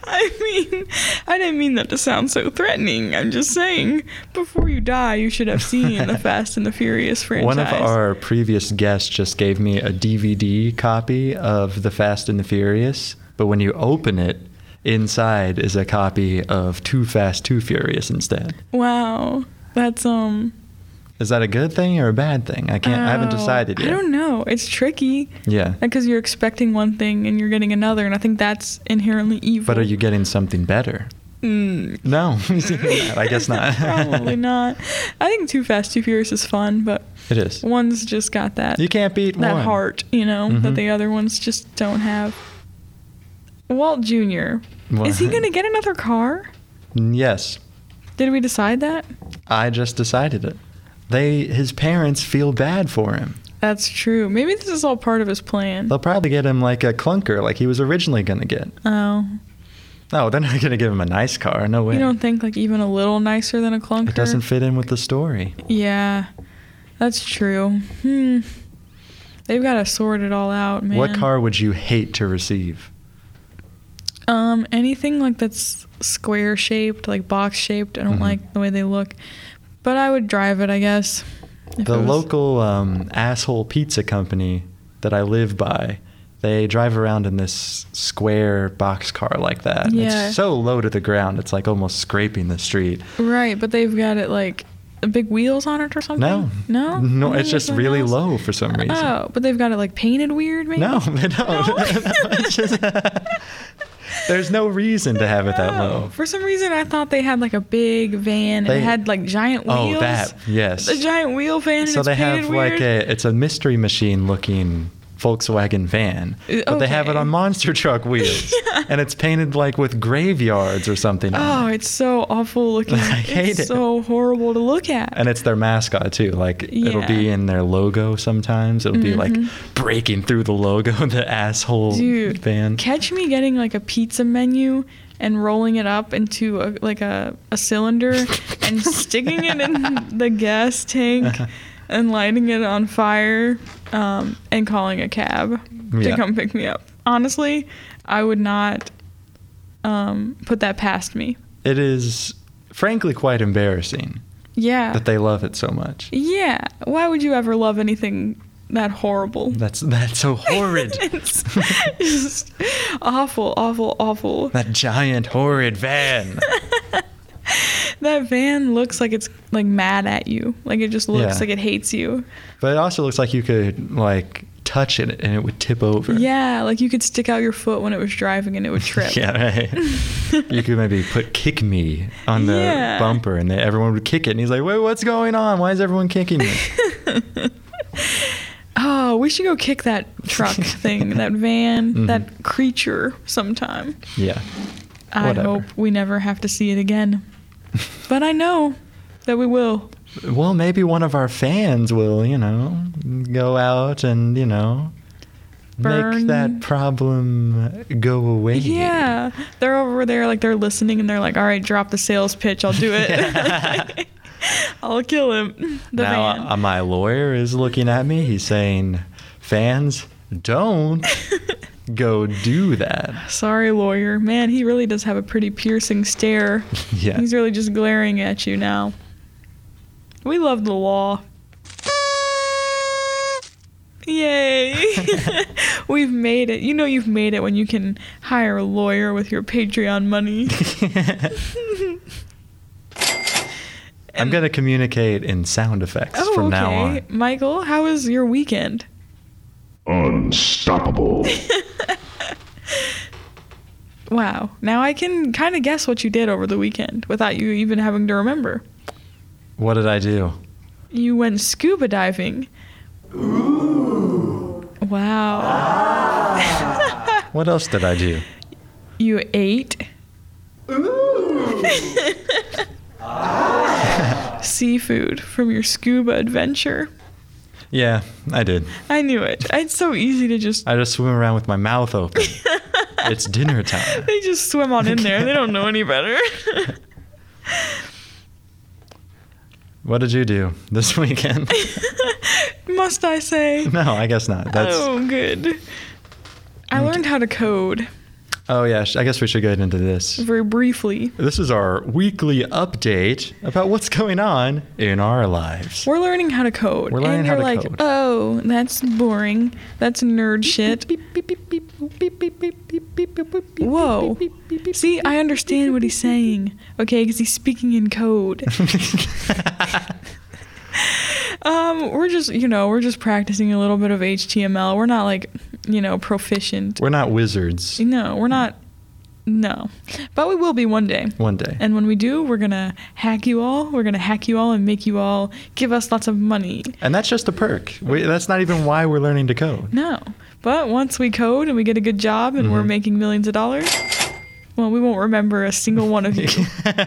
Speaker 2: I mean, I didn't mean that to sound so threatening. I'm just saying, before you die, you should have seen the Fast and the Furious franchise.
Speaker 1: One of our previous guests just gave me a DVD copy of The Fast and the Furious, but when you open it, inside is a copy of Too Fast, Too Furious instead.
Speaker 2: Wow, that's um.
Speaker 1: Is that a good thing or a bad thing? I can't. I haven't
Speaker 2: oh,
Speaker 1: decided yet.
Speaker 2: I don't know. It's tricky
Speaker 1: Yeah.
Speaker 2: because you're expecting one thing and you're getting another, and I think that's inherently evil.
Speaker 1: But are you getting something better?
Speaker 2: Mm.
Speaker 1: No, I guess not.
Speaker 2: Probably not. I think Too Fast, Too Furious is fun, but
Speaker 1: It is.
Speaker 2: one's just got that
Speaker 1: You can't beat
Speaker 2: that
Speaker 1: one.
Speaker 2: heart, you know,
Speaker 1: Mhm.
Speaker 2: that the other ones just don't have. Walt Jr. Is he
Speaker 1: What?
Speaker 2: gonna get another car?
Speaker 1: Yes,
Speaker 2: Did we decide that?
Speaker 1: I just decided it. They, his parents feel bad for him.
Speaker 2: That's true. Maybe this is all part of his plan.
Speaker 1: They'll probably get him like a clunker, like he was originally gonna get.
Speaker 2: Oh,
Speaker 1: No, they're not gonna give him a nice car. No way.
Speaker 2: you don't think like even a little nicer than a clunker?
Speaker 1: it doesn't fit in with the story.
Speaker 2: Yeah, that's true. Hmm. They've got to sort it all out, man.
Speaker 1: What car would you hate to receive?
Speaker 2: Um, anything like that's square shaped, like box shaped. I don't
Speaker 1: Mhm.
Speaker 2: like the way they look, but I would drive it, I guess. if
Speaker 1: the
Speaker 2: it was-
Speaker 1: local um, asshole pizza company that I live by, they drive around in this square box car like that. and
Speaker 2: Yeah.
Speaker 1: It's so low to the ground, it's like almost scraping the street.
Speaker 2: Right, but they've got it like big wheels on it or something.
Speaker 1: No.
Speaker 2: No.
Speaker 1: No,
Speaker 2: Maybe
Speaker 1: it's just
Speaker 2: something
Speaker 1: really
Speaker 2: else?
Speaker 1: low for some reason.
Speaker 2: Oh, but they've got it like painted weird, maybe.
Speaker 1: No, they don't. It's just- there's no reason to have it that
Speaker 2: No.
Speaker 1: low.
Speaker 2: For some reason, I thought they had like a big van. and
Speaker 1: They-
Speaker 2: it had like giant
Speaker 1: Oh,
Speaker 2: wheels.
Speaker 1: that, yes.
Speaker 2: The giant wheel van. and
Speaker 1: So
Speaker 2: it's
Speaker 1: they
Speaker 2: painted
Speaker 1: have
Speaker 2: weird.
Speaker 1: like a it's a mystery machine looking Volkswagen van, but they have it
Speaker 2: Uh, okay.
Speaker 1: on monster truck wheels,
Speaker 2: Yeah.
Speaker 1: and it's painted like with graveyards or something.
Speaker 2: Oh,
Speaker 1: on it.
Speaker 2: it's so awful looking.
Speaker 1: I hate
Speaker 2: it's
Speaker 1: it.
Speaker 2: so horrible to look at.
Speaker 1: and it's their mascot too. Like it'll be
Speaker 2: Yeah.
Speaker 1: in their logo sometimes. It'll be
Speaker 2: Mhm.
Speaker 1: like breaking through the logo, the asshole
Speaker 2: Dude,
Speaker 1: van.
Speaker 2: catch me getting like a pizza menu and rolling it up into a, like a, a cylinder and sticking it in the gas tank
Speaker 1: Uh-huh.
Speaker 2: and lighting it on fire um, and calling a cab
Speaker 1: Yeah.
Speaker 2: to come pick me up. Honestly, I would not um, put that past me.
Speaker 1: It is frankly quite embarrassing
Speaker 2: Yeah.
Speaker 1: that they love it so much.
Speaker 2: yeah. Why would you ever love anything that horrible?
Speaker 1: That's that's so horrid.
Speaker 2: it's just awful, awful, awful.
Speaker 1: that giant horrid van.
Speaker 2: That van looks like it's like mad at you. Like it just looks
Speaker 1: Yeah.
Speaker 2: like it hates you.
Speaker 1: But it also looks like you could like touch it and it would tip over.
Speaker 2: Yeah, like you could stick out your foot when it was driving and it would trip.
Speaker 1: yeah, right. You could maybe put kick me on the
Speaker 2: Yeah.
Speaker 1: bumper and then everyone would kick it. And he's like, wait, what's going on? Why is everyone kicking me?
Speaker 2: Oh, we should go kick that truck thing, that van,
Speaker 1: Mhm.
Speaker 2: that creature sometime.
Speaker 1: yeah.
Speaker 2: I
Speaker 1: Whatever.
Speaker 2: hope we never have to see it again. But I know that we will.
Speaker 1: Well, maybe one of our fans will, you know, go out and, you know,
Speaker 2: Burn.
Speaker 1: make that problem go away.
Speaker 2: Yeah. They're over there like they're listening and they're like, "All right, drop the sales pitch. I'll do it." I'll kill him. The
Speaker 1: now,
Speaker 2: van.
Speaker 1: uh, my lawyer is looking at me. He's saying, fans, don't go do that.
Speaker 2: Sorry, lawyer. Man, he really does have a pretty piercing stare.
Speaker 1: Yeah.
Speaker 2: He's really just glaring at you now. We love the law. Yay! We've made it. You know you've made it when you can hire a lawyer with your Patreon money.
Speaker 1: I'm going to communicate in sound effects
Speaker 2: oh,
Speaker 1: from
Speaker 2: okay.
Speaker 1: now on.
Speaker 2: Michael, how was your weekend?
Speaker 3: Unstoppable.
Speaker 2: Wow. Now I can kind of guess what you did over the weekend without you even having to remember.
Speaker 1: What did I do?
Speaker 2: You went scuba diving. Wow.
Speaker 1: What else did I do?
Speaker 2: You ate. Seafood from your scuba adventure.
Speaker 1: Yeah, I did.
Speaker 2: I knew it. It's so easy to just.
Speaker 1: I just swim around with my mouth open. it's dinner time.
Speaker 2: They just swim on in there. They don't know any better.
Speaker 1: What did you do this weekend?
Speaker 2: Must I say?
Speaker 1: no, I guess not. That's
Speaker 2: oh, good. I learned how to code
Speaker 1: Oh yeah, sh- I guess we should get into this.
Speaker 2: very briefly.
Speaker 1: This is our weekly update about what's going on in our lives.
Speaker 2: We're learning how to code.
Speaker 1: We're learning
Speaker 2: and
Speaker 1: how
Speaker 2: you're
Speaker 1: to
Speaker 2: like,
Speaker 1: code.
Speaker 2: oh, that's boring. That's nerd shit. Whoa. See, I understand what he's saying. Okay, because he's speaking in code. um, we're just, you know, we're just practicing a little bit of HTML. We're not like, you know, proficient.
Speaker 1: We're not wizards
Speaker 2: No, we're not. No, but we will be one day.
Speaker 1: one day.
Speaker 2: And when we do, we're gonna hack you all. We're gonna hack you all and make you all give us lots of money.
Speaker 1: And that's just a perk. We, that's not even why we're learning to code.
Speaker 2: No. But once we code and we get a good job and we're
Speaker 1: Mhm.
Speaker 2: making millions of dollars, well, we won't remember a single one of you.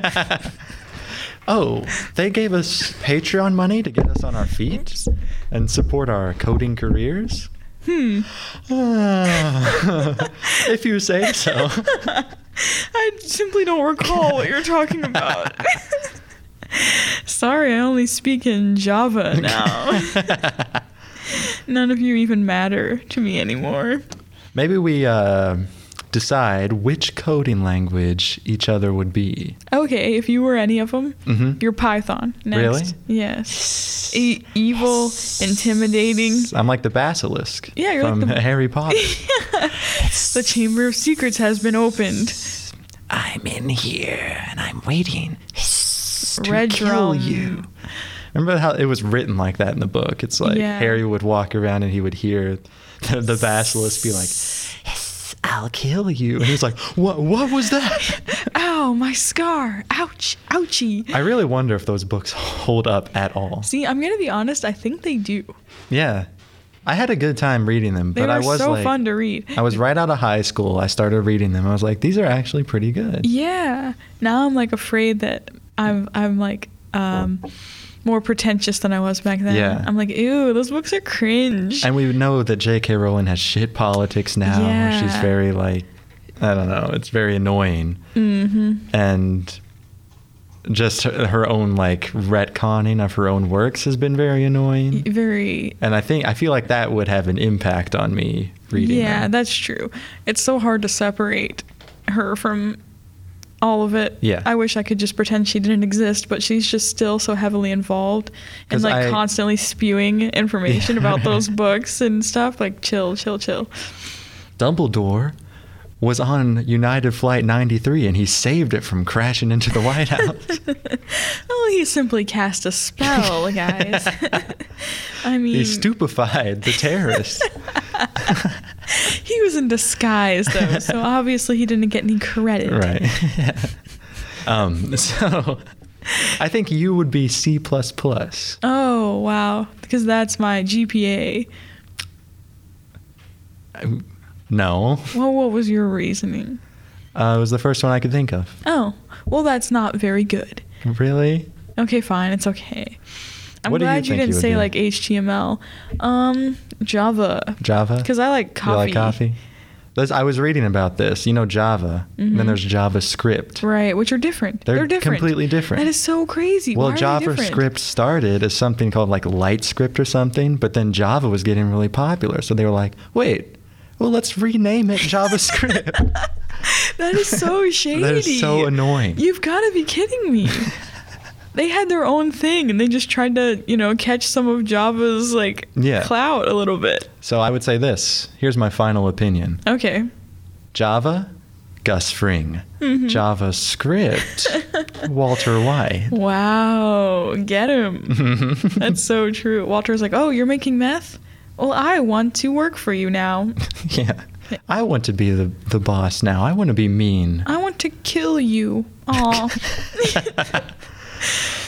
Speaker 1: oh, they gave us Patreon money to get us on our feet and support our coding careers?
Speaker 2: hmm.
Speaker 1: Ah, if you say so.
Speaker 2: I simply don't recall what you're talking about. Sorry, I only speak in Java now. None of you even matter to me anymore.
Speaker 1: Maybe we uh, decide which coding language each other would be.
Speaker 2: Okay, if you were any of them,
Speaker 1: Mhm.
Speaker 2: you're Python. Next. Yes. E- evil, intimidating.
Speaker 1: I'm like the basilisk
Speaker 2: Yeah, you're like
Speaker 1: from
Speaker 2: the-
Speaker 1: Harry Potter.
Speaker 2: the Chamber of Secrets has been opened.
Speaker 1: I'm in here and I'm waiting to
Speaker 2: Red
Speaker 1: kill
Speaker 2: drum.
Speaker 1: you. Remember how it was written like that in the book? It's like
Speaker 2: Yeah.
Speaker 1: Harry would walk around and he would hear the, the basilisk be like, "I'll kill you," and he's like, "What? What was that?"
Speaker 2: Ow, my scar. Ouch, ouchie.
Speaker 1: I really wonder if those books hold up at all.
Speaker 2: See, I'm going to be honest. I think they do.
Speaker 1: Yeah. I had a good time reading them,
Speaker 2: They
Speaker 1: but I
Speaker 2: were
Speaker 1: was
Speaker 2: so
Speaker 1: like, uh,
Speaker 2: fun to read.
Speaker 1: I was right out of high school. I started reading them. I was like, these are actually pretty good.
Speaker 2: Yeah. Now I'm like afraid that I'm I'm like um more pretentious than I was back then.
Speaker 1: Yeah.
Speaker 2: I'm like, ew, those books are cringe.
Speaker 1: And we know that J.K. Rowling has shit politics now.
Speaker 2: Yeah.
Speaker 1: She's very like, I don't know. It's very annoying,
Speaker 2: mm-hmm.
Speaker 1: and just her, her own like retconning of her own works has been very annoying.
Speaker 2: Very
Speaker 1: And I think I feel like that would have an impact on me reading.
Speaker 2: Yeah,
Speaker 1: them.
Speaker 2: that's true. It's so hard to separate her from all of it.
Speaker 1: Yeah.
Speaker 2: I wish I could just pretend she didn't exist, but she's just still so heavily involved and
Speaker 1: 'Cause
Speaker 2: like
Speaker 1: I-
Speaker 2: constantly spewing information
Speaker 1: Yeah.
Speaker 2: about those books and stuff. Like chill, chill, chill.
Speaker 1: Dumbledore was on United Flight 93 and he saved it from crashing into the White House.
Speaker 2: Oh, he simply cast a spell, guys. I mean,
Speaker 1: he stupefied the terrorists.
Speaker 2: he was in disguise though, so obviously he didn't get any credit.
Speaker 1: right. um, so I think you would be C.
Speaker 2: Oh wow, because that's my GPA.
Speaker 1: No,
Speaker 2: Well, what was your reasoning?
Speaker 1: uh, it was the first one I could think of.
Speaker 2: Oh, well, that's not very good.
Speaker 1: Really?
Speaker 2: Okay, fine, it's okay. I'm
Speaker 1: What do you
Speaker 2: glad you,
Speaker 1: think you
Speaker 2: didn't
Speaker 1: would
Speaker 2: say
Speaker 1: do?
Speaker 2: like HTML, um, Java,
Speaker 1: Java?
Speaker 2: because I like
Speaker 1: You
Speaker 2: coffee.
Speaker 1: like coffee? This, I was reading about this. You know Java, and
Speaker 2: Mhm.
Speaker 1: then there's JavaScript.
Speaker 2: Right, which are different.
Speaker 1: They're
Speaker 2: They're, different.
Speaker 1: completely different.
Speaker 2: That is so crazy.
Speaker 1: Well,
Speaker 2: Why are they different?
Speaker 1: JavaScript started as something called like LightScript or something, but then Java was getting really popular, so they were like, "Wait, well, let's rename it JavaScript."
Speaker 2: That is so shady.
Speaker 1: that is so annoying.
Speaker 2: You've got to be kidding me. they had their own thing and they just tried to, you know, catch some of Java's like
Speaker 1: Yeah.
Speaker 2: clout a little bit.
Speaker 1: so I would say this. Here's my final opinion:
Speaker 2: Okay.
Speaker 1: Java, Gus Fring.
Speaker 2: Mm-hmm.
Speaker 1: JavaScript, Walter White.
Speaker 2: Wow, get him.
Speaker 1: Mm-hmm.
Speaker 2: That's so true. Walter's like, "Oh, you're making meth? Well, I want to work for you now.
Speaker 1: yeah. I want to be the, the boss now. I want to be mean.
Speaker 2: I want to kill you." Aw.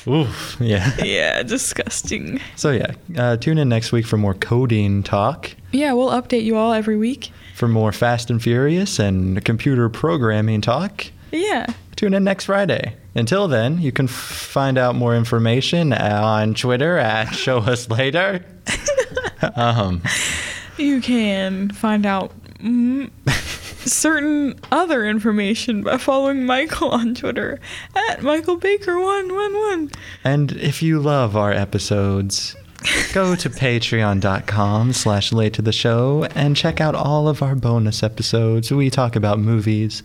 Speaker 1: Oof. Yeah.
Speaker 2: yeah, disgusting.
Speaker 1: So yeah, uh, tune in next week for more coding talk.
Speaker 2: Yeah, we'll update you all every week.
Speaker 1: For more Fast and Furious and computer programming talk,
Speaker 2: Yeah.
Speaker 1: tune in next Friday. Until then, you can f- find out more information on Twitter at Show Us Later. Um,
Speaker 2: You can find out mm, certain other information by following Michael on Twitter at Michael Baker one one one.
Speaker 1: and if you love our episodes, go to patreon.com slash late to the show and check out all of our bonus episodes. We talk about movies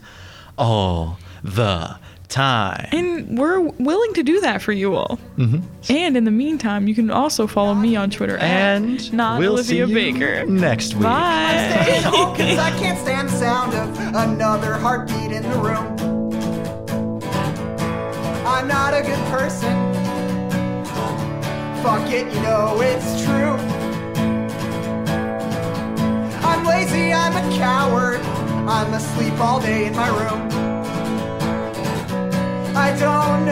Speaker 1: all the time.
Speaker 2: And we're willing to do that for you all.
Speaker 1: Mhm.
Speaker 2: And in the meantime, you can also follow me on Twitter at
Speaker 1: And
Speaker 2: not
Speaker 1: we'll
Speaker 2: Olivia
Speaker 1: see you
Speaker 2: Baker.
Speaker 1: next week.
Speaker 2: Bye.
Speaker 3: staying home 'cause I can't stand the sound of another heartbeat in the room. I'm not a good person. Fuck it, you know it's true. I'm lazy, I'm a coward. I'm asleep all day in my room. I don't